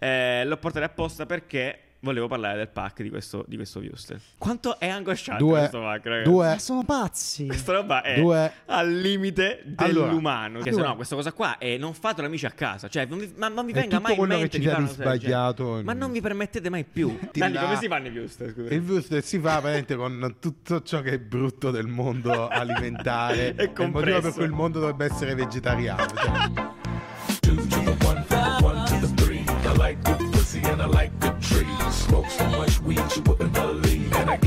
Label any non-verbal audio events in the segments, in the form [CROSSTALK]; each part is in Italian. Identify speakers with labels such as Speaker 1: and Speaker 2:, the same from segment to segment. Speaker 1: eh, lo porterei apposta perché volevo parlare del pack di questo, di questo Houston. Quanto è angosciante
Speaker 2: Due.
Speaker 1: Ah, questo pack, ragazzi.
Speaker 2: Due.
Speaker 1: [LAUGHS]
Speaker 3: Ma sono pazzi.
Speaker 1: Questa roba è
Speaker 2: Due.
Speaker 1: al limite
Speaker 2: Allora,
Speaker 1: dell'umano. Che se
Speaker 3: allora.
Speaker 1: no, questa cosa qua è non fatelo amici a casa. Cioè, non vi, ma non vi
Speaker 4: È
Speaker 1: venga
Speaker 4: tutto
Speaker 1: mai in
Speaker 4: quello che
Speaker 1: mente
Speaker 4: ci
Speaker 1: di fare
Speaker 4: dà
Speaker 1: una
Speaker 4: di
Speaker 1: cosa del genere.
Speaker 4: sbagliato.
Speaker 1: Ma non vi permettete mai più.
Speaker 4: Di
Speaker 1: Danny,
Speaker 4: là.
Speaker 1: come si fanno i Houston? Scusa.
Speaker 4: Il booster si fa veramente con tutto ciò che è brutto
Speaker 1: [LAUGHS]
Speaker 4: del mondo alimentare.
Speaker 1: È
Speaker 4: il motivo per
Speaker 1: compresso.
Speaker 4: cui il mondo dovrebbe essere vegetariano.
Speaker 1: [LAUGHS]
Speaker 4: cioè.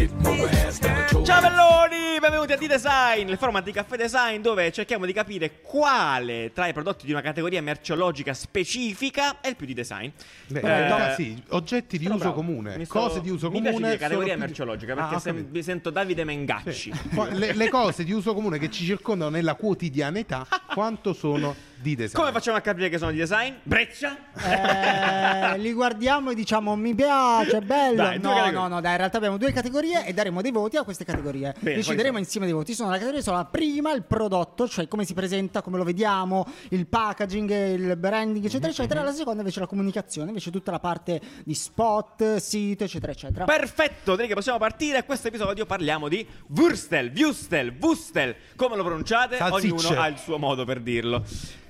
Speaker 1: Ciao belloni, benvenuti a D-Design, il format di Caffè Design dove cerchiamo di capire quale tra i prodotti di una categoria merceologica specifica è il più di design.
Speaker 4: Beh, in
Speaker 1: Eh,
Speaker 4: realtà sì, oggetti di
Speaker 1: sono
Speaker 4: uso
Speaker 1: bravo.
Speaker 4: comune,
Speaker 1: Mi sto-
Speaker 4: cose di uso
Speaker 1: mi
Speaker 4: comune.
Speaker 1: piace dire
Speaker 4: sono
Speaker 1: categoria
Speaker 4: più di-
Speaker 1: merceologica
Speaker 4: Ah,
Speaker 1: perché
Speaker 4: ho
Speaker 1: sem-
Speaker 4: capito.
Speaker 1: mi sento Davide Mengacci.
Speaker 4: Poi le, le cose di uso comune che ci circondano nella quotidianità, quanto sono di design.
Speaker 1: Come facciamo a capire che sono di design? Breccia?
Speaker 3: Eh, li guardiamo e diciamo mi piace, è bello.
Speaker 1: Dai, due
Speaker 3: no,
Speaker 1: categorie.
Speaker 3: no, no, dai, in realtà abbiamo due categorie e daremo dei voti a queste categorie.
Speaker 1: quali
Speaker 3: Decideremo
Speaker 1: sono?
Speaker 3: insieme dei voti. Sono la categoria sono la prima, il prodotto, cioè come si presenta, come lo vediamo, il packaging, il branding, eccetera, eccetera. La seconda invece è la comunicazione, invece tutta la parte di spot, sito, eccetera,
Speaker 1: [LAUGHS]
Speaker 3: eccetera.
Speaker 1: Perfetto, direi che possiamo partire. A questo episodio parliamo di Wurstel, Wustel, Wustel. Come lo pronunciate?
Speaker 4: Salsicce.
Speaker 1: Ognuno ha il suo modo per dirlo.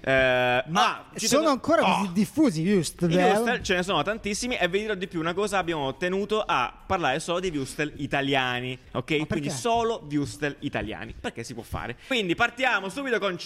Speaker 1: Eh, ma ci
Speaker 3: sono
Speaker 1: tengo-
Speaker 3: ancora
Speaker 1: Oh!
Speaker 3: così diffusi, giusto?
Speaker 1: I eh, Wustel ce ne sono tantissimi e vi dirò di più una cosa, abbiamo tenuto a parlare solo dei Wustel italiani, ok? Quindi
Speaker 3: perché?
Speaker 1: solo Wustel italiani, perché si può fare. Quindi partiamo subito con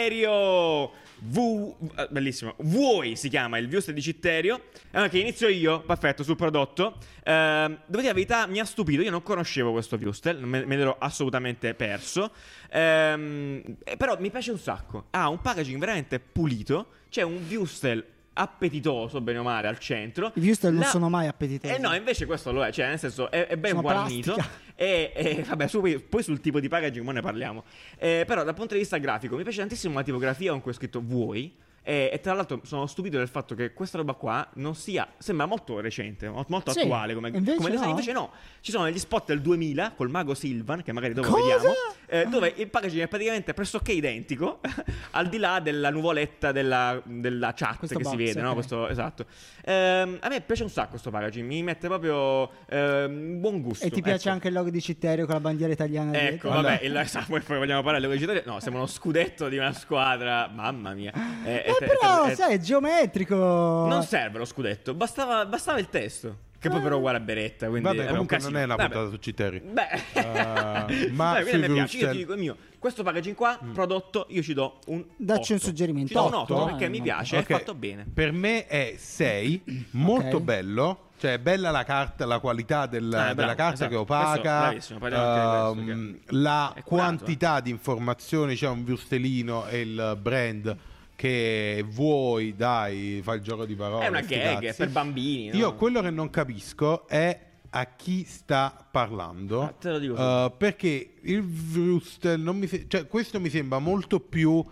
Speaker 1: Citterio. Vu- eh, bellissimo. Vuoi si chiama il Wustel di Citterio. Eh, Ok, inizio io, perfetto, sul prodotto. Ehm, devo dire la verità, mi ha stupito, io non conoscevo questo Wustel, me, me l'ero assolutamente perso. Ehm, eh, però mi piace un sacco. Ha un packaging veramente pulito, c'è un Wustel appetitoso, bene o male, al centro.
Speaker 3: I Wustel non
Speaker 1: La-
Speaker 3: sono mai appetitosi.
Speaker 1: Eh no, invece questo lo è, cioè nel senso è, è ben
Speaker 3: Sono
Speaker 1: guarnito.
Speaker 3: plastica.
Speaker 1: [LAUGHS] E, e, vabbè, su- poi, poi sul tipo di packaging ma ne parliamo. Eh, però dal punto di vista grafico mi piace tantissimo la tipografia con cui è scritto vuoi. E, e tra l'altro sono stupito del fatto che questa roba qua non sia, sembra molto recente, mo- molto
Speaker 3: Sì,
Speaker 1: attuale come,
Speaker 3: invece
Speaker 1: come design.
Speaker 3: no.
Speaker 1: Invece no, ci sono degli spot del 2000 col mago Silvan, che magari dopo
Speaker 3: Cosa? Ah.
Speaker 1: vediamo, eh, dove il packaging è praticamente pressoché identico, [LAUGHS] al di là della nuvoletta della, della chat
Speaker 3: Questo
Speaker 1: che si
Speaker 3: box,
Speaker 1: vede, no?
Speaker 3: ok.
Speaker 1: Questo questo- esatto. Ehm, a me piace un sacco questo packaging, mi mette proprio ehm, buon gusto.
Speaker 3: E ti piace
Speaker 1: ecco.
Speaker 3: anche il logo di Citterio con la bandiera italiana
Speaker 1: Ecco,
Speaker 3: dietro?
Speaker 1: vabbè, il, esatto, poi poi vogliamo parlare delle cose No, siamo uno scudetto di una squadra, mamma mia. È- è-
Speaker 3: Eh,
Speaker 1: è-
Speaker 3: però,
Speaker 1: è-
Speaker 3: sai, è geometrico.
Speaker 1: non serve lo scudetto, bastava, bastava il testo. Che
Speaker 3: Eh.
Speaker 1: poi però guarda Beretta, quindi
Speaker 4: Vabbè,
Speaker 1: è un
Speaker 4: comunque
Speaker 1: casino.
Speaker 4: non è una
Speaker 1: Vabbè.
Speaker 4: puntata su Citeri.
Speaker 1: Beh,
Speaker 4: Eh, ma
Speaker 1: Dai, quindi a me piace. Io
Speaker 4: sui Bruxelles-
Speaker 1: ti dico il mio. Questo packaging qua,
Speaker 4: Mm.
Speaker 1: prodotto, io ci do un.
Speaker 3: Dacci un
Speaker 1: otto.
Speaker 3: suggerimento.
Speaker 1: Ci do un
Speaker 3: Otto?
Speaker 1: 8 perché
Speaker 3: Eh,
Speaker 1: mi
Speaker 3: no.
Speaker 1: piace,
Speaker 4: Ok.
Speaker 1: è fatto bene.
Speaker 4: Per me è 6, molto
Speaker 3: Ok.
Speaker 4: bello. Cioè, è bella la carta, la qualità del-
Speaker 1: Ah,
Speaker 4: della
Speaker 1: bravo,
Speaker 4: carta
Speaker 1: esatto.
Speaker 4: che è opaca,
Speaker 1: Questo, bravissimo, parliamo anche di questo,
Speaker 4: ehm,
Speaker 1: che
Speaker 4: la
Speaker 1: è curato, eh.
Speaker 4: quantità di informazioni, c'è un viustelino e il brand che vuoi, dai, fa il gioco di parole.
Speaker 1: È una
Speaker 4: sti
Speaker 1: gag,
Speaker 4: cazzi.
Speaker 1: è per bambini, no?
Speaker 4: Io quello che non capisco è a chi sta parlando.
Speaker 1: Ah, te lo dico
Speaker 4: Eh,
Speaker 1: subito.
Speaker 4: perché il Vrustel non mi se- cioè, questo mi sembra molto più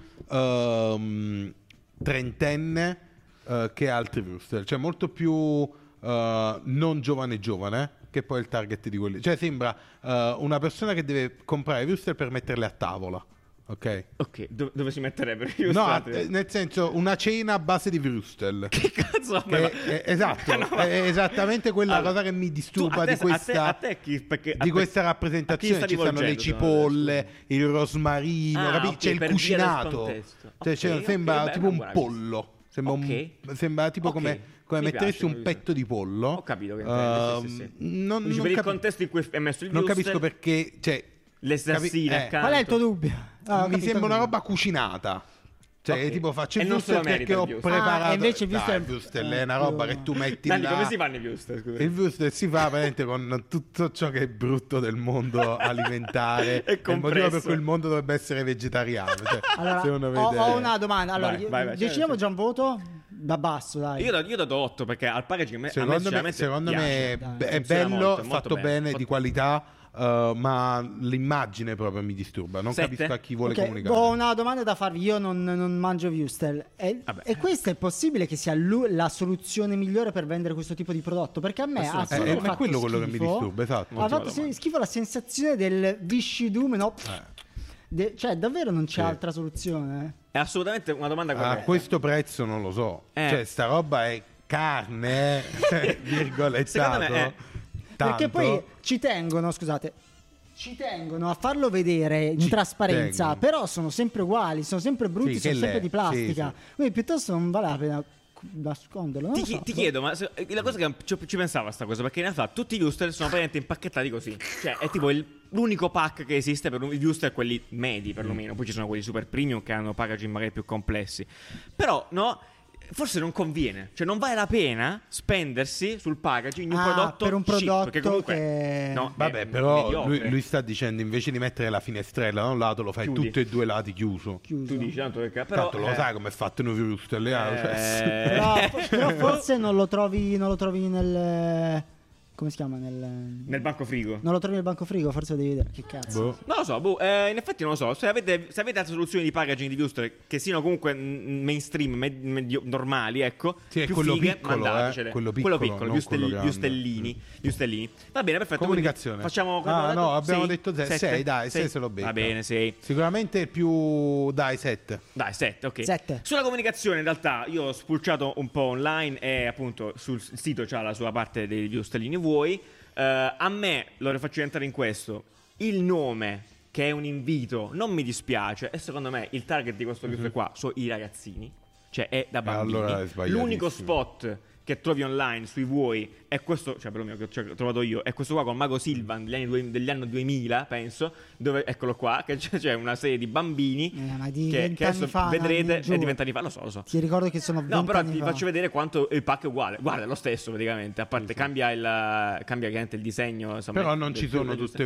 Speaker 4: ehm, trentenne eh, che altri Vrustel, cioè molto più eh, non giovane giovane che poi è il target di quelli. Cioè sembra eh, una persona che deve comprare Vrustel per metterle a tavola. Ok?
Speaker 1: Ok, dove, dove si [LAUGHS] metterebbero i
Speaker 4: No,
Speaker 1: frustrati?
Speaker 4: eh, nel senso una cena a base di Vrustel.
Speaker 1: Che cazzo?
Speaker 4: Che- eh,
Speaker 1: [LAUGHS]
Speaker 4: esatto, è esattamente quella cosa che mi disturba di questa, di questa rappresentazione. Ci stanno le cipolle, il rosmarino,
Speaker 1: Ah,
Speaker 4: capi-
Speaker 1: ok,
Speaker 4: c'è il
Speaker 1: per via del
Speaker 4: cucinato.
Speaker 1: contesto.
Speaker 4: Cioè, cioè,
Speaker 1: Ok, ok,
Speaker 4: sembra
Speaker 1: bello,
Speaker 4: tipo un
Speaker 1: guarda,
Speaker 4: pollo. Sembra, un-
Speaker 1: Ok.
Speaker 4: sembra tipo
Speaker 1: Ok,
Speaker 4: come, come
Speaker 1: mi
Speaker 4: metteresti
Speaker 1: piace,
Speaker 4: un
Speaker 1: mi
Speaker 4: petto di pollo.
Speaker 1: Ho capito che intendi, sì, sì,
Speaker 4: Ehm,
Speaker 1: sì.
Speaker 4: Non,
Speaker 1: Dici,
Speaker 4: non
Speaker 1: per il
Speaker 4: capi-
Speaker 1: contesto in cui è messo il
Speaker 4: non
Speaker 1: wurstel,
Speaker 4: capisco perché. Cioè,
Speaker 1: le sassine
Speaker 4: capi- eh,
Speaker 1: accanto.
Speaker 3: Qual è il tuo dubbio? Ah, ho
Speaker 4: mi
Speaker 3: capito.
Speaker 4: sembra una roba cucinata. Cioè,
Speaker 1: Ok.
Speaker 4: tipo faccio
Speaker 1: E
Speaker 4: il
Speaker 1: non se lo
Speaker 4: Würstel perché
Speaker 1: merita il
Speaker 4: ho
Speaker 1: Würstel.
Speaker 4: preparato.
Speaker 3: Ah, e invece il
Speaker 4: Dai,
Speaker 3: Würstel-
Speaker 4: il Würstel è
Speaker 3: eh,
Speaker 4: una roba
Speaker 3: io-
Speaker 4: che tu
Speaker 1: [LAUGHS]
Speaker 4: metti
Speaker 1: Dani,
Speaker 4: là.
Speaker 1: come si fanno i Wustel? Scusa.
Speaker 4: Il Würstel si fa veramente con tutto ciò che è brutto
Speaker 1: [LAUGHS]
Speaker 4: del mondo alimentare.
Speaker 1: È
Speaker 4: il motivo per
Speaker 1: compresso.
Speaker 4: cui il mondo dovrebbe essere vegetariano. Cioè,
Speaker 3: [LAUGHS] Allora,
Speaker 4: secondo me
Speaker 3: ho,
Speaker 4: te-
Speaker 3: ho una domanda. Allora,
Speaker 1: Vai,
Speaker 3: io-
Speaker 1: vai, vai, certo.
Speaker 3: decidiamo già un voto da basso, dai.
Speaker 1: Io, do- io do 8 perché al packaging a me- a me
Speaker 4: Secondo me,
Speaker 1: sinceramente
Speaker 4: secondo me
Speaker 1: piace.
Speaker 4: è-
Speaker 3: dai.
Speaker 4: è
Speaker 1: Funziona
Speaker 4: bello,
Speaker 1: molto, molto
Speaker 4: fatto
Speaker 1: bene.
Speaker 4: bene,
Speaker 1: Fatto-
Speaker 4: di qualità, eh, ma l'immagine proprio mi disturba. Non
Speaker 1: Sette?
Speaker 4: capisco a chi vuole
Speaker 3: Ok,
Speaker 4: comunicare.
Speaker 3: Ho una domanda da farvi. Io non, non mangio Wustel. E,
Speaker 1: Vabbè.
Speaker 3: e questa è possibile che sia lu- la soluzione migliore per vendere questo tipo di prodotto? Perché a me
Speaker 1: Questo
Speaker 3: ha
Speaker 1: non so.
Speaker 3: sempre
Speaker 4: Eh, ma è
Speaker 3: fatto
Speaker 4: quello quello che mi
Speaker 3: schifo.
Speaker 4: disturba, esatto.
Speaker 3: Ha
Speaker 4: Ottima
Speaker 3: fatto se- schifo la sensazione del viscidume. No? De- cioè, davvero non c'è
Speaker 4: Sì.
Speaker 3: altra soluzione?
Speaker 1: È assolutamente una domanda
Speaker 4: A
Speaker 1: corretta.
Speaker 4: questo prezzo non lo so.
Speaker 1: Eh.
Speaker 4: Cioè, sta roba è carne,
Speaker 1: [LAUGHS]
Speaker 4: virgola, è
Speaker 1: Secondo me eh, è-
Speaker 4: stato tanto.
Speaker 3: Perché poi ci tengono, scusate, ci tengono a farlo vedere in
Speaker 4: Ci
Speaker 3: trasparenza,
Speaker 4: tengono.
Speaker 3: però sono sempre uguali, sono sempre brutti,
Speaker 4: Sì,
Speaker 3: sono
Speaker 4: che
Speaker 3: sempre
Speaker 4: le-
Speaker 3: di plastica.
Speaker 4: sì,
Speaker 3: Quindi piuttosto non vale la pena nasconderlo. non
Speaker 1: Ti,
Speaker 3: lo
Speaker 1: chi-
Speaker 3: so.
Speaker 1: ti chiedo, ma se- eh, la cosa che ci, ci pensavo a sta cosa, perché in realtà tutti i Wuster sono praticamente impacchettati così. Cioè, è tipo il- l'unico pack che esiste per i Wuster, quelli medi
Speaker 3: Mm.
Speaker 1: perlomeno. Poi ci sono quelli super premium che hanno packaging magari più complessi. Però, no, forse non conviene. Cioè, non vale la pena spendersi sul packaging di un
Speaker 3: Ah,
Speaker 1: prodotto
Speaker 3: per un
Speaker 1: cheap,
Speaker 3: prodotto
Speaker 1: perché comunque...
Speaker 3: che-
Speaker 1: no, è
Speaker 4: Vabbè, però
Speaker 1: mediocre.
Speaker 4: lui, lui sta dicendo invece di mettere la finestrella da un lato, lo fai
Speaker 1: Chiudi.
Speaker 4: tutti e due i lati chiuso.
Speaker 3: Chiuso.
Speaker 1: Tu dici tanto perché... Però,
Speaker 4: Tanto lo
Speaker 1: eh,
Speaker 4: sai come è fatto in Rooster Leao. Cioè,
Speaker 1: eh,
Speaker 3: Però,
Speaker 1: [LAUGHS]
Speaker 3: però forse non lo trovi, non lo trovi nel... come si chiama? Nel,
Speaker 1: Nel banco frigo.
Speaker 3: Non lo trovi nel banco frigo, forse lo devi vedere. Che cazzo.
Speaker 4: boh.
Speaker 1: Non lo so, boh, eh, in effetti non lo so. Se avete, se avete altre soluzioni di packaging di Viewster che siano comunque mm, mainstream, med- medio- normali, ecco,
Speaker 4: Sì, è
Speaker 1: più
Speaker 4: quello
Speaker 1: fighe,
Speaker 4: piccolo, eh,
Speaker 1: mandatecele.
Speaker 4: quello piccolo,
Speaker 1: piccolo,
Speaker 4: non
Speaker 1: gli, ustelli-
Speaker 4: quello grande.
Speaker 1: gli ustellini, gli ustellini. Va bene, perfetto. quindi
Speaker 4: Comunicazione.
Speaker 1: Facciamo
Speaker 4: Ah,
Speaker 1: abbiamo
Speaker 4: no,
Speaker 1: detto?
Speaker 4: abbiamo
Speaker 1: Sei?
Speaker 4: detto 6.
Speaker 1: Sette?
Speaker 4: 6, dai, 6
Speaker 1: Sei?
Speaker 4: se lo becca.
Speaker 1: Va bene, 6.
Speaker 4: Sicuramente è più dai 7.
Speaker 1: Dai, 7, ok.
Speaker 3: Sette.
Speaker 1: Sulla comunicazione, in realtà, io ho spulciato un po' online e appunto sul s- sito c'ha la sua parte degli ostellini vuoi. Eh, a me, lo faccio entrare in questo, il nome che è un invito non mi dispiace e secondo me il target di questo video qua sono i ragazzini, cioè è da bambini.
Speaker 4: Mhm. allora è sbagliatissimo.
Speaker 1: L'unico spot che trovi online sui vuoi è questo, cioè perlomeno che ho- cioè, che ho trovato io, è questo qua con Mago Silvan degli anni, due- degli anni 2000, penso, dove, eccolo qua, che c'è, c'è una serie di bambini
Speaker 3: Eh, ma di
Speaker 1: che, che
Speaker 3: vent'anni
Speaker 1: adesso
Speaker 3: fa,
Speaker 1: vedrete
Speaker 3: Nanni,
Speaker 1: è
Speaker 3: giù.
Speaker 1: di vent'anni fa, lo so, lo so.
Speaker 3: Ti ricordo che sono 20
Speaker 1: No, però
Speaker 3: anni
Speaker 1: ti
Speaker 3: fa.
Speaker 1: faccio vedere quanto il pack è uguale. Guarda, è lo stesso praticamente. A parte cambia il cambia chiaramente il disegno. insomma,
Speaker 4: Però
Speaker 1: del-
Speaker 4: non
Speaker 1: del
Speaker 4: ci
Speaker 1: più,
Speaker 4: sono
Speaker 1: del-
Speaker 4: tutte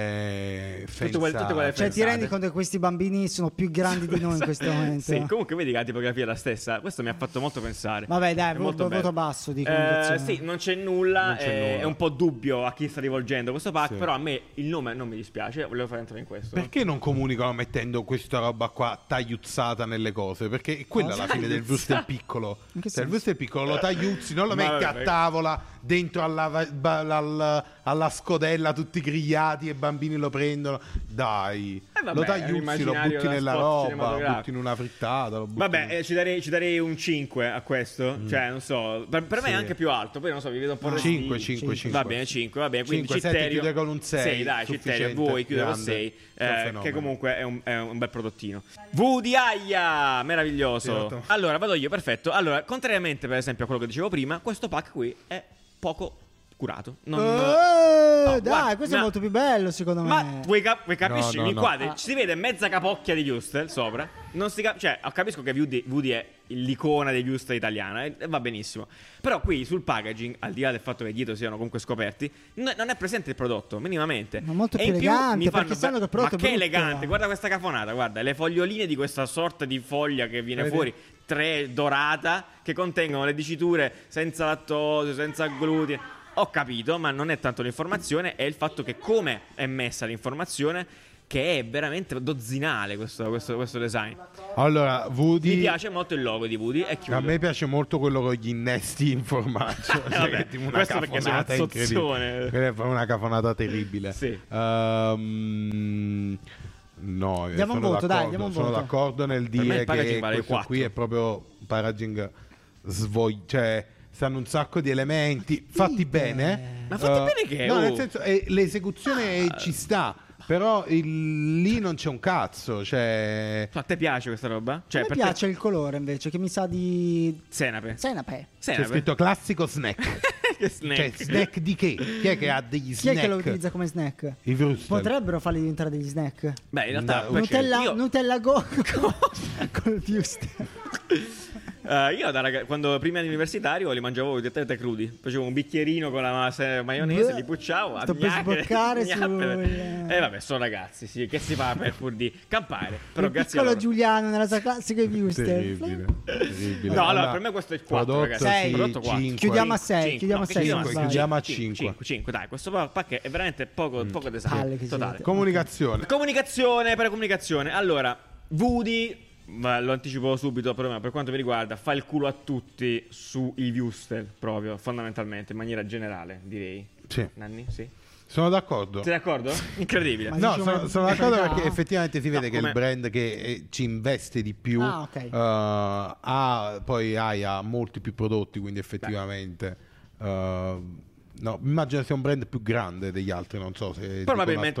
Speaker 4: quelle
Speaker 1: Tutte quelle- tutte quelle
Speaker 3: Cioè,
Speaker 4: fensate.
Speaker 3: ti rendi conto che questi bambini sono più grandi di noi in questo momento?
Speaker 1: [LAUGHS] Sì, comunque vedi che la tipografia è la stessa. Questo mi ha fatto molto pensare.
Speaker 3: Vabbè, dai,
Speaker 1: È
Speaker 3: vo-
Speaker 1: molto
Speaker 3: vo-
Speaker 1: bello.
Speaker 3: voto basso di
Speaker 1: Eh,
Speaker 3: comunicazione.
Speaker 1: sì, non c'è nulla.
Speaker 4: Non c'è
Speaker 1: eh,
Speaker 4: nulla.
Speaker 1: È un po' dubbio a chi sta rivolgendo questo pack.
Speaker 4: Sì.
Speaker 1: Però a me il nome non mi dispiace. Volevo far entrare in questo.
Speaker 4: Perché non comunicano mettendo questa roba qua tagliuzzata nelle cose? Perché è quella alla fine del
Speaker 1: Tagliuzzata?
Speaker 4: Wuster piccolo.
Speaker 3: In che
Speaker 4: Cioè, il
Speaker 3: senso?
Speaker 4: Wuster piccolo lo tagliuzzi, non lo
Speaker 1: Ma
Speaker 4: metti
Speaker 1: vabbè,
Speaker 4: a tavola, dentro alla, va- ba- al- alla scodella, tutti grigliati e i bambini lo prendono. Dai,
Speaker 1: Eh, vabbè,
Speaker 4: lo
Speaker 1: è un
Speaker 4: tagliuzzi, lo
Speaker 1: immaginario
Speaker 4: butti
Speaker 1: da
Speaker 4: nella
Speaker 1: spot
Speaker 4: roba, lo
Speaker 1: cinematografico.
Speaker 4: butti in una frittata. lo butti
Speaker 1: Vabbè,
Speaker 4: in-
Speaker 1: eh, ci, darei, ci darei un 5 a questo. Cioè, non so. Per, per me è
Speaker 4: Mm. Sì.
Speaker 1: anche più alto. Poi non so, vi vedo un po'
Speaker 4: Ah,
Speaker 1: restiti.
Speaker 4: cinque, cinque, cinque.
Speaker 1: Va bene, 5. Va bene, quindi
Speaker 4: Cinque, sette,
Speaker 1: Citterio.
Speaker 4: chiude con un sei,
Speaker 1: Sei, dai,
Speaker 4: sufficiente,
Speaker 1: Citterio. Voi chiude con
Speaker 4: grande.
Speaker 1: 6.
Speaker 4: È un fenomeno.
Speaker 1: che comunque è un, è un bel prodottino. V di Aia,
Speaker 4: Sì, esatto.
Speaker 1: meraviglioso.
Speaker 4: ottimo.
Speaker 1: allora, vado io, perfetto. Allora, contrariamente, per esempio, a quello che dicevo prima, questo pack qui è poco curato. Non.
Speaker 4: Ah!
Speaker 3: Eh,
Speaker 1: No,
Speaker 3: dai,
Speaker 1: guarda,
Speaker 3: questo è
Speaker 1: ma-
Speaker 3: molto più bello, secondo
Speaker 1: Ma
Speaker 3: me.
Speaker 1: vuoi, cap- vuoi capisci?
Speaker 4: No, no,
Speaker 1: Mi
Speaker 4: no.
Speaker 1: inquadri?
Speaker 3: Ah.
Speaker 1: Ci si vede mezza capocchia di Houston sopra. Non si cap- cioè, capisco che Woody, Woody è l'icona degli Houston italiana. e- e va benissimo. Però qui sul packaging, al di là del fatto che dietro siano comunque scoperti, n- non è presente il prodotto, minimamente.
Speaker 3: Ma molto
Speaker 1: E
Speaker 3: più
Speaker 1: in
Speaker 3: elegante,
Speaker 1: mi fanno
Speaker 3: perché sanno che il prodotto
Speaker 1: Ma
Speaker 3: è
Speaker 1: che
Speaker 3: brutto.
Speaker 1: elegante, guarda questa cafonata, guarda le foglioline di questa sorta di foglia che viene
Speaker 4: Vedi?
Speaker 1: fuori. Tre dorata che contengono le diciture senza lattosio, senza glutine. Ho capito, ma non è tanto l'informazione, è il fatto che come è messa l'informazione, che è veramente dozzinale questo, questo- questo design.
Speaker 4: Allora, Woody...
Speaker 1: Mi piace molto il logo di Woody e chiudo.
Speaker 4: A me piace molto quello con gli innesti
Speaker 1: [LAUGHS]
Speaker 4: in formaggio.
Speaker 1: Eh,
Speaker 4: cioè,
Speaker 1: vabbè,
Speaker 4: è tipo una
Speaker 1: questo perché sono
Speaker 4: cafonata
Speaker 1: zozzone.
Speaker 4: incredibile. Quella è proprio una cafonata terribile.
Speaker 1: Sì.
Speaker 4: Ehm, no, eh,
Speaker 3: Diamo un
Speaker 4: sono
Speaker 3: voto, dai,
Speaker 4: d'accordo-
Speaker 3: diamo un
Speaker 4: sono
Speaker 3: voto.
Speaker 4: d'accordo nel
Speaker 1: me il
Speaker 4: dire
Speaker 1: packaging
Speaker 4: che
Speaker 1: vale
Speaker 4: questo
Speaker 1: quattro.
Speaker 4: qui è proprio packaging svoglio. Cioè, stanno un sacco di elementi fatti
Speaker 3: fighe!
Speaker 4: bene.
Speaker 1: Ma fatti
Speaker 4: Eh,
Speaker 1: bene che è,
Speaker 4: No,
Speaker 1: oh.
Speaker 4: nel senso, eh, l'esecuzione
Speaker 1: Ah.
Speaker 4: ci sta. Però il- lì non c'è un cazzo. Cioè,
Speaker 1: A te piace questa roba? Cioè,
Speaker 3: A me
Speaker 1: per
Speaker 3: piace il colore invece, che mi sa di.
Speaker 1: te... Senape.
Speaker 3: Senape.
Speaker 4: c'è
Speaker 1: Senape.
Speaker 4: scritto classico snack.
Speaker 1: [LAUGHS] che snack.
Speaker 4: Cioè, snack di che? Chi è che ha degli
Speaker 3: Chi
Speaker 4: snack?
Speaker 3: è che lo utilizza come snack?
Speaker 4: I Vrustel.
Speaker 3: Potrebbero farli diventare degli snack.
Speaker 1: Beh, in realtà...
Speaker 4: No,
Speaker 1: poi c'è-
Speaker 3: Nutella,
Speaker 1: Cioè, io-
Speaker 3: Nutella Go [LAUGHS] col Fuster.
Speaker 1: Eh, io da raga- quando prima all'universitario li mangiavo direttamente crudi. Facevo un bicchierino con la mas- maionese,
Speaker 3: Beh,
Speaker 1: li pucciavo. a
Speaker 3: sto per
Speaker 1: gnacchere, [LAUGHS]
Speaker 3: sboccare
Speaker 1: gnacchere.
Speaker 3: sul-
Speaker 1: Eh, vabbè, sono ragazzi, sì, che si fa per pur di campare. Però
Speaker 3: il
Speaker 1: grazie a
Speaker 3: piccolo
Speaker 1: loro.
Speaker 3: Giuliano nella
Speaker 1: [LAUGHS]
Speaker 3: sua classica
Speaker 4: Terribile.
Speaker 3: Fuster.
Speaker 4: terribile.
Speaker 1: No, allora, per me questo è il quattro, ragazzi.
Speaker 3: Sei.
Speaker 4: Prodotto
Speaker 1: Prodotto
Speaker 4: sì,
Speaker 3: Chiudiamo a
Speaker 4: cinque.
Speaker 3: 6,
Speaker 1: Cinque,
Speaker 3: chiudiamo a
Speaker 1: no,
Speaker 3: 6.
Speaker 1: chiudiamo a-
Speaker 4: Chiudiamo a Mm.
Speaker 1: cinque,
Speaker 4: cinque.
Speaker 1: cinque, cinque, dai, questo pack è veramente poco, poco
Speaker 3: Palle
Speaker 1: design
Speaker 3: che
Speaker 1: totale.
Speaker 3: siete.
Speaker 4: Comunicazione.
Speaker 1: Comunicazione per comunicazione. Allora, Woody. ma lo anticipo subito, però per quanto mi riguarda, fa il culo a tutti sui Viewster, proprio, fondamentalmente, in maniera generale, direi.
Speaker 4: Sì.
Speaker 1: Nanni, sì.
Speaker 4: Sono d'accordo.
Speaker 1: Sei d'accordo? Incredibile.
Speaker 3: Ma
Speaker 4: No,
Speaker 3: dici
Speaker 4: sono,
Speaker 3: una-
Speaker 4: sono
Speaker 3: una
Speaker 4: d'accordo
Speaker 3: carità?
Speaker 4: perché effettivamente si vede
Speaker 1: No,
Speaker 4: che
Speaker 1: come-
Speaker 4: il brand che eh, ci investe di più
Speaker 3: Ah, ok.
Speaker 4: eh, ha poi hai ha molti più prodotti, quindi effettivamente eh, no, immagino sia un brand più grande degli altri, non so se dico una
Speaker 1: Probabilmente-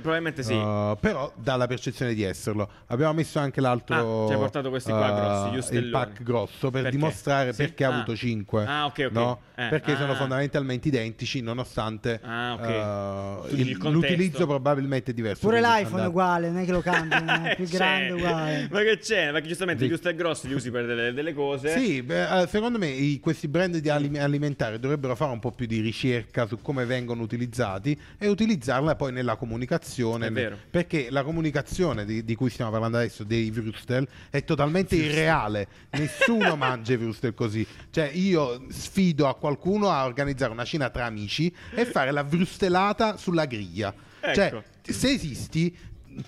Speaker 1: probabilmente- probabilmente sì. [LAUGHS]
Speaker 4: Eh, però dà la percezione di esserlo. Abbiamo messo anche l'altro
Speaker 1: Ah, ci hai portato questi qua
Speaker 4: eh,
Speaker 1: grossi, gli
Speaker 4: il
Speaker 1: ustelloni.
Speaker 4: pack grosso per
Speaker 1: Perché?
Speaker 4: dimostrare
Speaker 1: Sì?
Speaker 4: perché ha
Speaker 1: Ah.
Speaker 4: avuto 5,
Speaker 1: Ah, ok, ok. Eh,
Speaker 4: perché sono
Speaker 1: ah.
Speaker 4: fondamentalmente identici nonostante
Speaker 1: Ah, ok.
Speaker 4: eh,
Speaker 1: Tu
Speaker 4: il-
Speaker 1: dici il contesto.
Speaker 4: l'utilizzo probabilmente è diverso.
Speaker 3: Pure
Speaker 4: quindi
Speaker 3: l'iPhone è
Speaker 4: andate-
Speaker 3: uguale, non è che lo cambi,
Speaker 1: [LAUGHS]
Speaker 3: è più
Speaker 1: Eh, C'è.
Speaker 3: grande uguale.
Speaker 1: Ma che c'è? Perché giustamente
Speaker 4: Di-
Speaker 1: gli usti e grossi li usi per delle, delle cose.
Speaker 4: Sì, beh, eh, secondo me i- questi brand di ali- alimentari dovrebbero fare un po' più di ricerca su come vengono utilizzati e utilizzarla poi nella comunicazione.
Speaker 1: È vero.
Speaker 4: Perché la comunicazione di, di cui stiamo parlando adesso, dei Vrustel, è totalmente irreale.
Speaker 1: [LAUGHS]
Speaker 4: Nessuno mangia i Vrustel così. Cioè, io sfido a qualcuno a organizzare una cena tra amici e fare la Vrustelata sulla griglia. Cioè,
Speaker 1: Ecco.
Speaker 4: se esisti.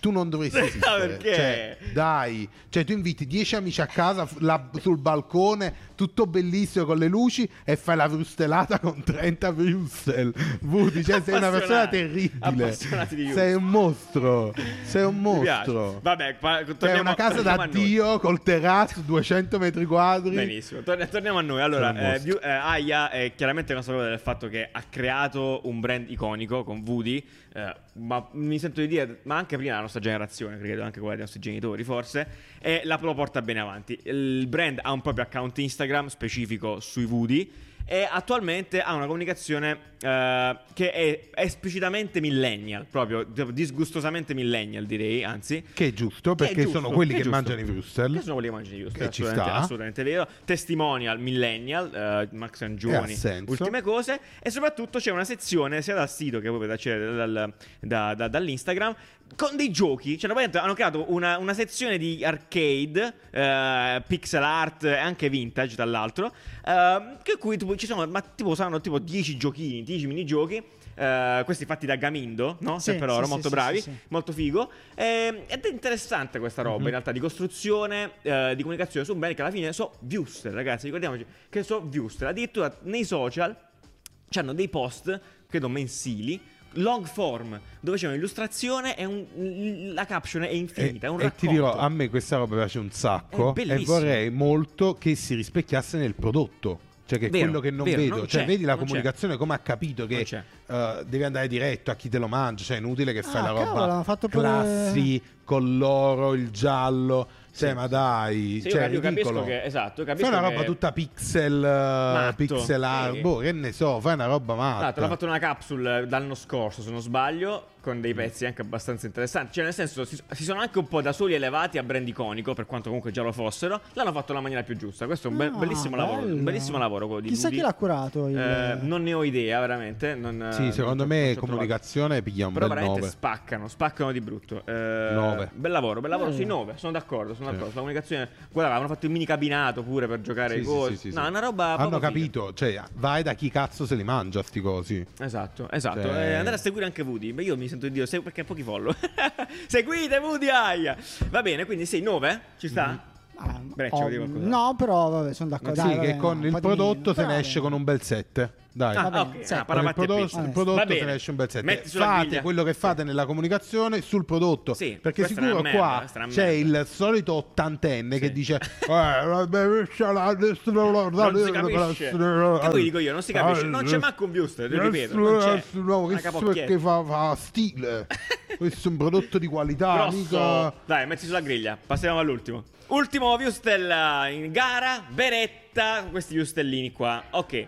Speaker 4: Tu non dovresti
Speaker 1: Ma
Speaker 4: esistere.
Speaker 1: perché?
Speaker 4: Cioè, dai, cioè tu inviti 10 amici a casa f- la- sul balcone, tutto bellissimo con le luci e fai la frustelata con 30 frustel. Vuti, cioè sei una persona
Speaker 1: Appassionati.
Speaker 4: terribile.
Speaker 1: Appassionati di Houston.
Speaker 4: Sei un mostro, sei un
Speaker 1: Mi piace.
Speaker 4: mostro.
Speaker 1: Vabbè, pa-
Speaker 4: Sei
Speaker 1: torniamo-
Speaker 4: una casa
Speaker 1: torniamo
Speaker 4: da
Speaker 1: a noi.
Speaker 4: Dio col terrazzo 200 metri quadri.
Speaker 1: Benissimo, Torn- torniamo a noi. Allora,
Speaker 4: Sono un
Speaker 1: eh,
Speaker 4: mostro.
Speaker 1: Viu- eh, Aya è chiaramente consapevole del fatto che ha creato un brand iconico con Woody, eh, ma mi sento di dire, ma anche prima la nostra generazione, credo, anche quella dei nostri genitori forse, e la lo porta bene avanti. Il brand ha un proprio account Instagram specifico sui Woody e attualmente ha una comunicazione eh, che è esplicitamente millennial, proprio disgustosamente millennial direi, anzi.
Speaker 4: Che è giusto
Speaker 1: Che è
Speaker 4: perché
Speaker 1: giusto,
Speaker 4: sono quelli che,
Speaker 1: è giusto.
Speaker 4: mangiano i frustel.
Speaker 1: Che sono quelli che mangiano i Houston,
Speaker 4: Che ci
Speaker 1: assolutamente,
Speaker 4: sta.
Speaker 1: assolutamente vero. Testimonial, Millennial, eh, Max
Speaker 4: E
Speaker 1: Angioni,
Speaker 4: ha senso.
Speaker 1: ultime cose. E soprattutto c'è una sezione sia dal sito che proprio da- cioè, dal- da- da- dall'Instagram con dei giochi. Cioè, praticamente hanno creato una, una sezione di arcade, eh, pixel art e anche vintage, dall'altro, ehm, che cui tipo, ci sono, ma tipo saranno tipo 10 giochini, 10 minigiochi. eh, questi fatti da Gamindo, no?
Speaker 3: Sì,
Speaker 1: Sempre loro,
Speaker 3: sì,
Speaker 1: molto
Speaker 3: sì,
Speaker 1: bravi,
Speaker 3: sì, sì.
Speaker 1: molto figo. Ehm, ed è interessante questa
Speaker 4: Mhm.
Speaker 1: roba, in realtà, di costruzione, eh, di comunicazione su un bene che alla fine so viewster, ragazzi. Ricordiamoci che so viewster. Addirittura nei social c'hanno dei post, credo mensili, long form, dove c'è un'illustrazione e un- la caption è infinita, è un
Speaker 4: e
Speaker 1: racconto.
Speaker 4: ti dirò, a me questa roba piace un sacco
Speaker 1: È
Speaker 4: e
Speaker 1: bellissimo.
Speaker 4: vorrei molto che si rispecchiasse nel prodotto. Cioè, che è
Speaker 1: Vero,
Speaker 4: quello che non
Speaker 1: vero,
Speaker 4: vedo.
Speaker 1: non
Speaker 4: cioè,
Speaker 1: c'è,
Speaker 4: vedi la
Speaker 1: non c'è.
Speaker 4: comunicazione come ha capito
Speaker 1: Non
Speaker 4: che
Speaker 1: c'è.
Speaker 4: eh, devi andare diretto a chi te lo mangia. Cioè, è inutile che fai
Speaker 3: Ah,
Speaker 4: la
Speaker 3: cavolo, hanno
Speaker 4: roba
Speaker 3: fatto pure-
Speaker 4: classi con l'oro, il giallo. Cioè,
Speaker 1: Sì.
Speaker 4: ma dai,
Speaker 1: Sì, io
Speaker 4: cioè,
Speaker 1: cap- io
Speaker 4: è ridicolo.
Speaker 1: capisco che esatto, io
Speaker 4: Fai
Speaker 1: capisco
Speaker 4: una roba
Speaker 1: che-
Speaker 4: tutta pixel, eh,
Speaker 1: Matto,
Speaker 4: pixel art,
Speaker 1: sì.
Speaker 4: boh, che ne so, fai una roba
Speaker 1: Tra l'altro,
Speaker 4: matta.
Speaker 1: ho fatto una capsule l'anno scorso, se non sbaglio, con
Speaker 4: Mm.
Speaker 1: dei pezzi anche abbastanza interessanti. Cioè, nel senso, si, si sono anche un po' da soli elevati a brand iconico, per quanto comunque già lo fossero. L'hanno fatto nella maniera più giusta. Questo è un be-
Speaker 3: Ah,
Speaker 1: bellissimo lavoro.
Speaker 3: bello.
Speaker 1: Un bellissimo lavoro quello di
Speaker 3: Chissà
Speaker 1: Ludi.
Speaker 3: chi l'ha curato il-
Speaker 1: Eh, non ne ho idea, veramente. non-
Speaker 4: Sì,
Speaker 1: non
Speaker 4: secondo
Speaker 1: ci-
Speaker 4: me
Speaker 1: non ci ho trovato.
Speaker 4: comunicazione piglia un
Speaker 1: Però
Speaker 4: bel
Speaker 1: veramente
Speaker 4: 9.
Speaker 1: spaccano, spaccano di brutto. Eh,
Speaker 4: Nove. Eh.
Speaker 1: Bel lavoro, bel lavoro
Speaker 3: Mm.
Speaker 1: sui 9. Sono d'accordo, sono
Speaker 4: Sì.
Speaker 1: d'accordo. La comunicazione, guarda, avevano fatto il mini cabinato pure per giocare
Speaker 4: Sì,
Speaker 1: ai
Speaker 4: sì,
Speaker 1: gol.
Speaker 4: sì, sì,
Speaker 1: no,
Speaker 4: sì.
Speaker 1: è una roba.
Speaker 4: Hanno
Speaker 1: proprio figa.
Speaker 4: capito, cioè, vai da chi cazzo se li mangia sti cosi.
Speaker 3: Ecco,
Speaker 1: Esatto, esatto.
Speaker 4: Cioè-
Speaker 1: Eh, andate a seguire anche Woody. Beh, io mi sento di dire se- perché ha pochi follow. [LAUGHS] Seguite Woody Aia. Va bene, quindi sei 9? Ci sta?
Speaker 4: Mm-hmm.
Speaker 3: Ah,
Speaker 1: Breccia,
Speaker 3: oh,
Speaker 1: vuol dire qualcosa?
Speaker 3: no, però vabbè, sono d'accordo.
Speaker 4: sì,
Speaker 3: dai, vabbè,
Speaker 4: che
Speaker 3: no,
Speaker 4: con
Speaker 3: un
Speaker 4: il
Speaker 3: po' di meno,
Speaker 4: prodotto se
Speaker 3: però
Speaker 4: ne
Speaker 3: vabbè.
Speaker 4: esce con un bel 7. Dai.
Speaker 1: Ah,
Speaker 3: bene,
Speaker 1: ok.
Speaker 3: sì.
Speaker 1: Ah,
Speaker 3: Con
Speaker 4: Con il
Speaker 1: Paramatti e
Speaker 4: prodotto,
Speaker 1: Pizza.
Speaker 4: il
Speaker 1: Va
Speaker 4: prodotto
Speaker 1: bene.
Speaker 4: se ne esce un bel 7
Speaker 1: Metti sulla
Speaker 4: fate
Speaker 1: griglia.
Speaker 4: quello che fate nella comunicazione sul prodotto
Speaker 1: Sì,
Speaker 4: perché
Speaker 1: questa è
Speaker 4: sicuro
Speaker 1: una merda,
Speaker 4: qua
Speaker 1: questa è una
Speaker 4: c'è
Speaker 1: merda.
Speaker 4: il solito ottantenne
Speaker 1: Sì. [LAUGHS]
Speaker 4: che dice "Eh, vabbè, lascia la-
Speaker 1: Non si capisce. Che poi dico io, non si capisce. Non c'è manco un viewster, lo ripeto, non c'è.
Speaker 4: No,
Speaker 1: Una
Speaker 4: questo
Speaker 1: capocchietta.
Speaker 4: è che fa, fa stile
Speaker 1: [LAUGHS]
Speaker 4: questo è un prodotto di qualità
Speaker 1: Grosso.
Speaker 4: mica
Speaker 1: Dai, metti sulla griglia. Passiamo all'ultimo. Ultimo Viustel in gara. Beretta. Questi Viustellini qua. Ok.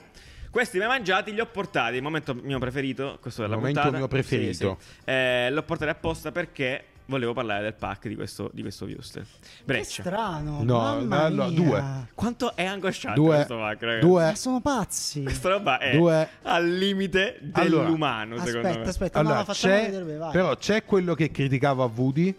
Speaker 1: Questi mi ho mangiati, li ho portati. Il momento mio preferito. Questo della
Speaker 4: Momento
Speaker 1: puntata.
Speaker 4: mio preferito.
Speaker 1: Sì, sì. Eh, l'ho portato apposta perché volevo parlare del pack di questo, di questo Viustel.
Speaker 3: Che
Speaker 1: Breccia.
Speaker 3: strano.
Speaker 4: No,
Speaker 3: mamma
Speaker 4: allora,
Speaker 3: mia.
Speaker 4: due.
Speaker 1: Quanto è angosciante
Speaker 4: due
Speaker 1: Ah, questo pack, ragazzi.
Speaker 3: Ma
Speaker 4: due
Speaker 3: sono pazzi.
Speaker 1: Questa roba è
Speaker 4: Due.
Speaker 1: al limite
Speaker 4: Allora,
Speaker 1: dell'umano, secondo
Speaker 3: Aspetta,
Speaker 1: me.
Speaker 3: aspetta, no,
Speaker 4: allora
Speaker 3: ma facciamo
Speaker 4: c'è
Speaker 3: vedere, vai.
Speaker 4: però c'è quello che criticava Woody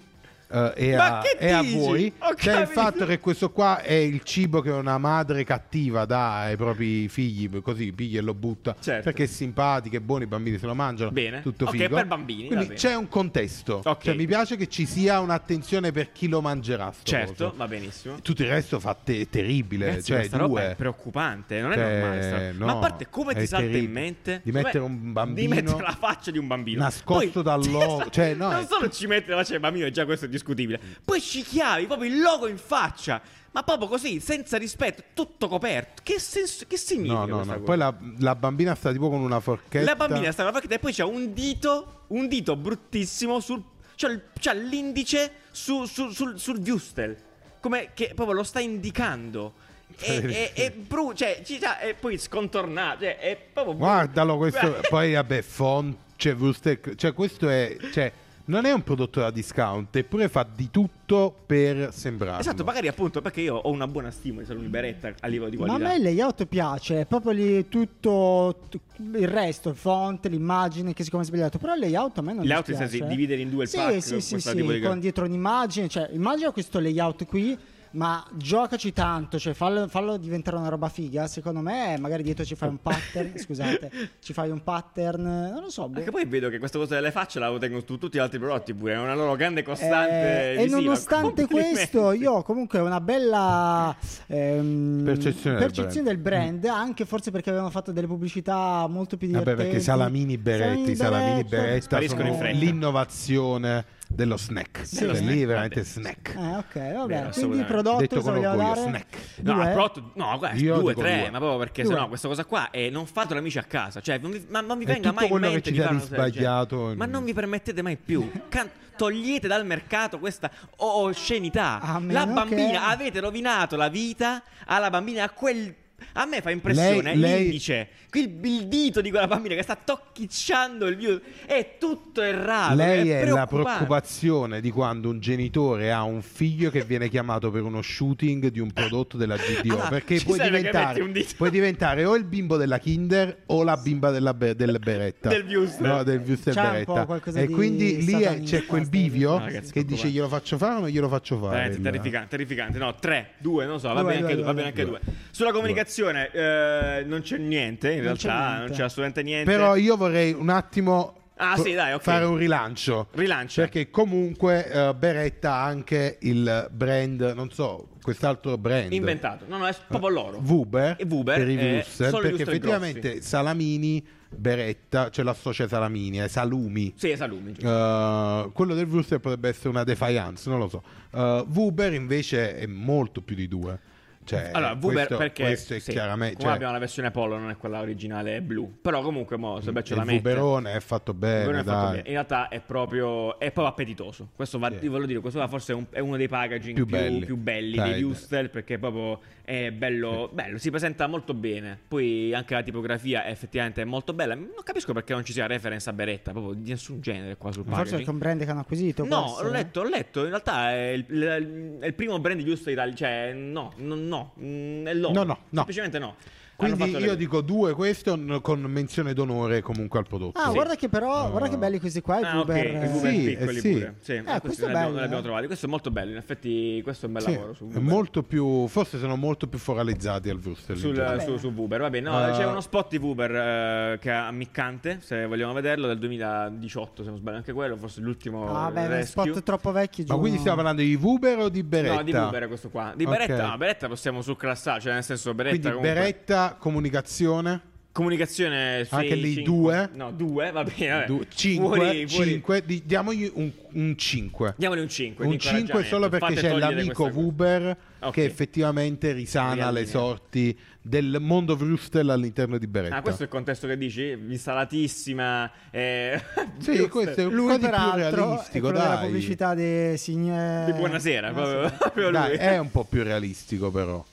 Speaker 4: eh, e,
Speaker 1: Ma
Speaker 4: a,
Speaker 1: che
Speaker 4: e a
Speaker 1: dici?
Speaker 4: voi
Speaker 1: Ho
Speaker 4: c'è il
Speaker 1: capito.
Speaker 4: fatto che questo qua è il cibo che una madre cattiva dà ai propri figli così piglia e lo butta
Speaker 1: Certo.
Speaker 4: perché è simpatico è buono i bambini se lo mangiano
Speaker 1: Bene.
Speaker 4: tutto
Speaker 1: Ok,
Speaker 4: figo
Speaker 1: per bambini, va
Speaker 4: quindi
Speaker 1: bene.
Speaker 4: c'è un contesto
Speaker 1: Ok.
Speaker 4: Cioè, mi piace che ci sia un'attenzione per chi lo mangerà sto
Speaker 1: Certo,
Speaker 4: coso.
Speaker 1: va benissimo.
Speaker 4: tutto il resto fa te- terribile
Speaker 1: Ragazzi,
Speaker 4: cioè
Speaker 1: questa
Speaker 4: due
Speaker 1: roba è preoccupante, non è
Speaker 4: Cioè,
Speaker 1: normale. sta roba. Ma a
Speaker 4: no,
Speaker 1: parte come
Speaker 4: è
Speaker 1: ti salta in
Speaker 4: terribile.
Speaker 1: mente
Speaker 4: Di
Speaker 1: Come-
Speaker 4: mettere un bambino
Speaker 1: di mettere la faccia di un bambino
Speaker 4: nascosto dal logo, cioè, no,
Speaker 1: non
Speaker 4: è-
Speaker 1: solo ci mette la faccia del bambino, già questo è discutibile. Poi ci chiavi proprio il logo in faccia, ma proprio così, senza rispetto, tutto coperto. Che senso che significa
Speaker 4: No, no,
Speaker 1: questa
Speaker 4: no.
Speaker 1: cosa?
Speaker 4: Poi la, la bambina sta tipo con una forchetta.
Speaker 1: La bambina sta con la facchetta e poi c'è un dito, un dito bruttissimo sul. C'ha, il- c'ha l'indice su- su- sul, sul viewstel. Come che proprio lo sta indicando. E, e, e bru- cioè, ci sta- e poi scontornato. Cioè, è proprio. bru-
Speaker 4: Guardalo questo.
Speaker 1: Guarda-
Speaker 4: poi vabbè, font, cioè, Rooster, cioè questo è cioè non è un prodotto da discount, eppure fa di tutto per sembrare.
Speaker 1: Esatto, magari appunto perché io ho una buona stima di salone beretta a livello di
Speaker 3: Ma a
Speaker 1: qualità.
Speaker 3: me il layout piace, è proprio lì tutto t- il resto, il font, l'immagine che siccome è sbagliato, però il layout a me non
Speaker 1: Layout, nel
Speaker 3: dispiace.
Speaker 1: senso, dividere in due il
Speaker 3: sì,
Speaker 1: pack,
Speaker 3: Sì, sì,
Speaker 1: questo
Speaker 3: sì,
Speaker 1: tipo di-
Speaker 3: con dietro un'immagine, cioè immagina questo layout qui, ma giocaci tanto, cioè fallo, fallo diventare una roba figa, secondo me magari dietro ci fai un
Speaker 1: [LAUGHS]
Speaker 3: pattern, scusate, ci fai un pattern, non lo so, boh.
Speaker 1: Anche poi vedo che questa cosa delle facce la tengo su tutti gli altri prodotti pure, è una loro grande
Speaker 3: Eh,
Speaker 1: costante.
Speaker 3: e
Speaker 1: visiva.
Speaker 3: nonostante
Speaker 1: Complimenti.
Speaker 3: questo, io ho comunque una bella ehm,
Speaker 4: Percezione del
Speaker 3: percezione del brand, anche forse perché avevano fatto delle pubblicità molto più
Speaker 4: Vabbè,
Speaker 3: divertenti.
Speaker 4: perché Salamini Beretti, Salamini Beretta
Speaker 1: Spariscono
Speaker 4: sono
Speaker 1: in fretta.
Speaker 4: l'innovazione dello snack.
Speaker 3: Sì.
Speaker 4: Cioè, lì
Speaker 3: Dello
Speaker 1: snack,
Speaker 4: è veramente
Speaker 1: vabbè.
Speaker 4: snack.
Speaker 3: Eh, ok,
Speaker 1: Vero,
Speaker 3: vabbè. Quindi il
Speaker 1: assolutamente.
Speaker 3: prodotto
Speaker 4: Detto
Speaker 3: cosa
Speaker 4: con
Speaker 3: vogliamo
Speaker 4: orgoglio,
Speaker 3: dare?
Speaker 4: snack.
Speaker 1: No,
Speaker 3: Due?
Speaker 1: prodotto- no, guarda,
Speaker 4: Io
Speaker 1: due,
Speaker 4: dico
Speaker 1: tre,
Speaker 4: due.
Speaker 1: ma proprio perché
Speaker 3: Due.
Speaker 1: sennò questa cosa qua è non fatelo amici a casa, cioè non vi, ma non vi
Speaker 4: È
Speaker 1: venga
Speaker 4: tutto
Speaker 1: mai in
Speaker 4: quello che
Speaker 1: mente
Speaker 4: ci
Speaker 1: di
Speaker 4: dà
Speaker 1: fare
Speaker 4: di
Speaker 1: una cosa del genere.
Speaker 4: sbagliato in-
Speaker 1: Ma non vi permettete mai più.
Speaker 4: [LAUGHS]
Speaker 1: Can- togliete dal mercato questa o-
Speaker 3: A
Speaker 1: oscenità.
Speaker 3: meno
Speaker 1: La bambina
Speaker 3: che-
Speaker 1: avete rovinato la vita alla bambina a quel a me fa impressione
Speaker 4: Lei- lei-
Speaker 1: l'indice, il, il dito di quella bambina che sta tocchicciando il view. È tutto errato.
Speaker 4: Lei
Speaker 1: è
Speaker 4: è la
Speaker 1: preoccupante.
Speaker 4: preoccupazione di quando un genitore ha un figlio che viene chiamato per uno shooting di un prodotto della GDO.
Speaker 1: Ah,
Speaker 4: perché
Speaker 1: ci
Speaker 4: puoi
Speaker 1: serve che metti
Speaker 4: diventare,
Speaker 1: un dito.
Speaker 4: puoi diventare o il bimbo della Kinder o la bimba della be- del Beretta.
Speaker 1: Del Wuster.
Speaker 4: No, del Wuster
Speaker 3: C'è un po'
Speaker 4: Beretta.
Speaker 3: qualcosa
Speaker 4: E
Speaker 3: di
Speaker 4: quindi lì è-
Speaker 3: satanista,
Speaker 4: c'è quel
Speaker 3: sta
Speaker 4: bivio
Speaker 1: cosa. No, ragazzi,
Speaker 4: che dice
Speaker 1: preoccupante.
Speaker 4: glielo faccio fare o non glielo faccio fare.
Speaker 1: Veramente terrificante, terrificante. No, tre, due, non so, va
Speaker 3: Due,
Speaker 1: bene anche due,
Speaker 3: due,
Speaker 1: va bene
Speaker 3: due,
Speaker 1: anche due. Sulla comunicazione eh, non c'è niente, in
Speaker 3: Non c'è
Speaker 1: realtà,
Speaker 3: niente.
Speaker 1: non c'è assolutamente niente.
Speaker 4: Però io vorrei un attimo
Speaker 1: Ah, sì, dai, ok.
Speaker 4: fare un rilancio.
Speaker 1: Rilancia.
Speaker 4: Perché comunque eh, Beretta ha anche il brand, non so, quest'altro brand.
Speaker 1: Inventato. No, no, è proprio
Speaker 4: Eh,
Speaker 1: loro.
Speaker 4: Vuber,
Speaker 1: E Vuber,
Speaker 4: per i
Speaker 1: eh,
Speaker 4: Wuster,
Speaker 1: solo i
Speaker 4: perché
Speaker 1: Wuster
Speaker 4: effettivamente Salamini, Beretta, cioè l'associa ai Salamini, ai Salumi.
Speaker 1: Sì, è salumi. giusto.
Speaker 4: Eh, quello del Wuster potrebbe essere una defiance, non lo so. Eh, Vuber invece è molto più di due. Cioè,
Speaker 1: Allora, Vuber
Speaker 4: questo,
Speaker 1: perché
Speaker 4: questo è
Speaker 1: sì,
Speaker 4: chiaramente.
Speaker 1: come
Speaker 4: Cioè,
Speaker 1: abbiamo la versione Apollo, non è quella originale blu. Però comunque mo se beh, ce la
Speaker 4: il
Speaker 1: mette.
Speaker 4: Vuberone è fatto bene.
Speaker 1: Però non è fatto
Speaker 4: dai.
Speaker 1: bene. In realtà è proprio, è proprio appetitoso. Questo va,
Speaker 4: Sì.
Speaker 1: io voglio dire, questo qua forse è, un- è uno dei packaging più,
Speaker 4: Più
Speaker 1: più belli,
Speaker 4: belli. Dai,
Speaker 1: dei
Speaker 4: dai.
Speaker 1: Wustel perché proprio è bello, bello, si presenta molto bene. Poi anche la tipografia è effettivamente molto bella. Non capisco perché non ci sia reference a Beretta, proprio di nessun genere qua sul
Speaker 3: Forse
Speaker 1: packaging.
Speaker 3: perché è un brand che hanno acquisito. può
Speaker 1: No,
Speaker 3: essere.
Speaker 1: l'ho letto, ho letto. In realtà è il, l- è il primo brand giusto d'Italia. Cioè, no, no, no. mm, È loro.
Speaker 4: No, no, no.
Speaker 1: Semplicemente no. Hanno
Speaker 4: Quindi
Speaker 1: fatto
Speaker 4: io
Speaker 1: le-
Speaker 4: dico due questo n- con menzione d'onore comunque al prodotto.
Speaker 3: Ah,
Speaker 1: Sì.
Speaker 3: guarda che però, guarda che belli questi qua, i
Speaker 1: Ah, ok,
Speaker 3: Uber,
Speaker 1: i
Speaker 3: eh.
Speaker 1: Uber
Speaker 4: Sì,
Speaker 1: piccoli
Speaker 4: eh, sì.
Speaker 1: pure. Sì, ma questi
Speaker 3: questo
Speaker 1: li
Speaker 3: è
Speaker 1: abbiamo-
Speaker 3: bello,
Speaker 1: li abbiamo
Speaker 3: eh.
Speaker 1: trovati. Questo è molto bello, in effetti questo è un bel
Speaker 4: Sì,
Speaker 1: lavoro su
Speaker 4: è
Speaker 1: Uber.
Speaker 4: molto più, forse sono molto più focalizzati al Wuster. in
Speaker 1: Sul,
Speaker 4: generale.
Speaker 1: su, su Uber, va bene. No,
Speaker 4: Eh.
Speaker 1: c'è uno spot di Uber eh, che è ammiccante, se vogliamo vederlo, del 2018, se non sbaglio anche quello, forse l'ultimo
Speaker 3: Ah, beh, ma
Speaker 1: rescue.
Speaker 3: spot troppo vecchi.
Speaker 4: Oh, Ma
Speaker 3: giuro.
Speaker 4: quindi stiamo parlando di Vuber o di Beretta?
Speaker 1: No, di Uber è questo qua. Di Beretta,
Speaker 4: Ok.
Speaker 1: no, Beretta possiamo surclassare, cioè nel senso Beretta
Speaker 4: Quindi
Speaker 1: comunque-
Speaker 4: Beretta, comunicazione,
Speaker 1: Comunicazione sì,
Speaker 4: Anche lì
Speaker 1: cinque.
Speaker 4: due.
Speaker 1: No, due, va bene. Eh, vabbè.
Speaker 4: 5,
Speaker 1: Fuori- fuori.
Speaker 4: 5 diamogli un, 5.
Speaker 1: Diamogli un 5.
Speaker 4: Un 5 solo perché c'è l'amico Vuber
Speaker 1: Ok.
Speaker 4: che effettivamente risana
Speaker 1: Riallinea.
Speaker 4: le sorti del mondo Vrustel all'interno di Beretta.
Speaker 1: Ah, questo è il contesto che dici? Instalatissima. Eh...
Speaker 4: [LAUGHS] Sì, questo è un
Speaker 3: Lui
Speaker 4: po' di più
Speaker 3: peraltro è
Speaker 4: realistico,
Speaker 3: quello della
Speaker 4: dai.
Speaker 3: pubblicità di signore
Speaker 4: Ah, eh.
Speaker 1: Di buonasera, [LAUGHS] proprio, proprio lui.
Speaker 4: Dai, è un po' più realistico però.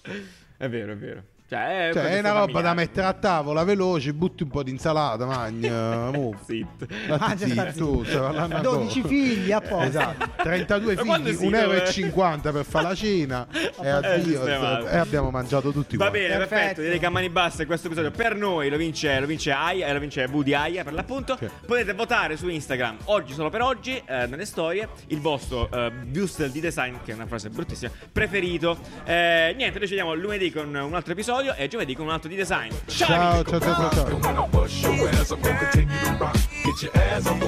Speaker 1: È vero, è vero. Cioè,
Speaker 4: Cioè, è
Speaker 1: proprio
Speaker 4: una roba da
Speaker 1: familiare.
Speaker 4: mettere a tavola veloce, butti un po' di
Speaker 1: [LAUGHS]
Speaker 4: insalata, magna. mo.
Speaker 1: Zitto.
Speaker 4: Ma
Speaker 3: Ah,
Speaker 4: ti
Speaker 3: già sta
Speaker 4: zitto, tu, stai parlando a
Speaker 3: 12
Speaker 4: cosa.
Speaker 3: figli apposta.
Speaker 4: Esatto,
Speaker 1: [LAUGHS]
Speaker 4: 32
Speaker 1: Ma quando
Speaker 4: figli,
Speaker 1: si Eh,
Speaker 4: 1,50 euro
Speaker 1: deve-
Speaker 4: e 50 per fare la cena
Speaker 1: [LAUGHS]
Speaker 4: e addio,
Speaker 1: sistemato.
Speaker 4: e abbiamo mangiato tutti
Speaker 1: Va
Speaker 4: quanti.
Speaker 1: bene, perfetto.
Speaker 3: Perfetto.
Speaker 1: Direi che a mani basse questo episodio per noi lo vince, lo vince Aya, eh, lo vince Woody Aya per l'appunto.
Speaker 4: Sì.
Speaker 1: Potete votare su Instagram oggi, solo per oggi, eh, nelle storie, il vostro eh, Bustel di design, che è una frase bruttissima, preferito. Eh, niente, noi ci vediamo lunedì con un altro episodio e giovedì con un altro di design. Ciao! amici!
Speaker 4: Ciao, ciao, ciao, ciao. ciao.
Speaker 2: I'm gonna bust your ass. I'm gonna continue to rock. Get your ass on the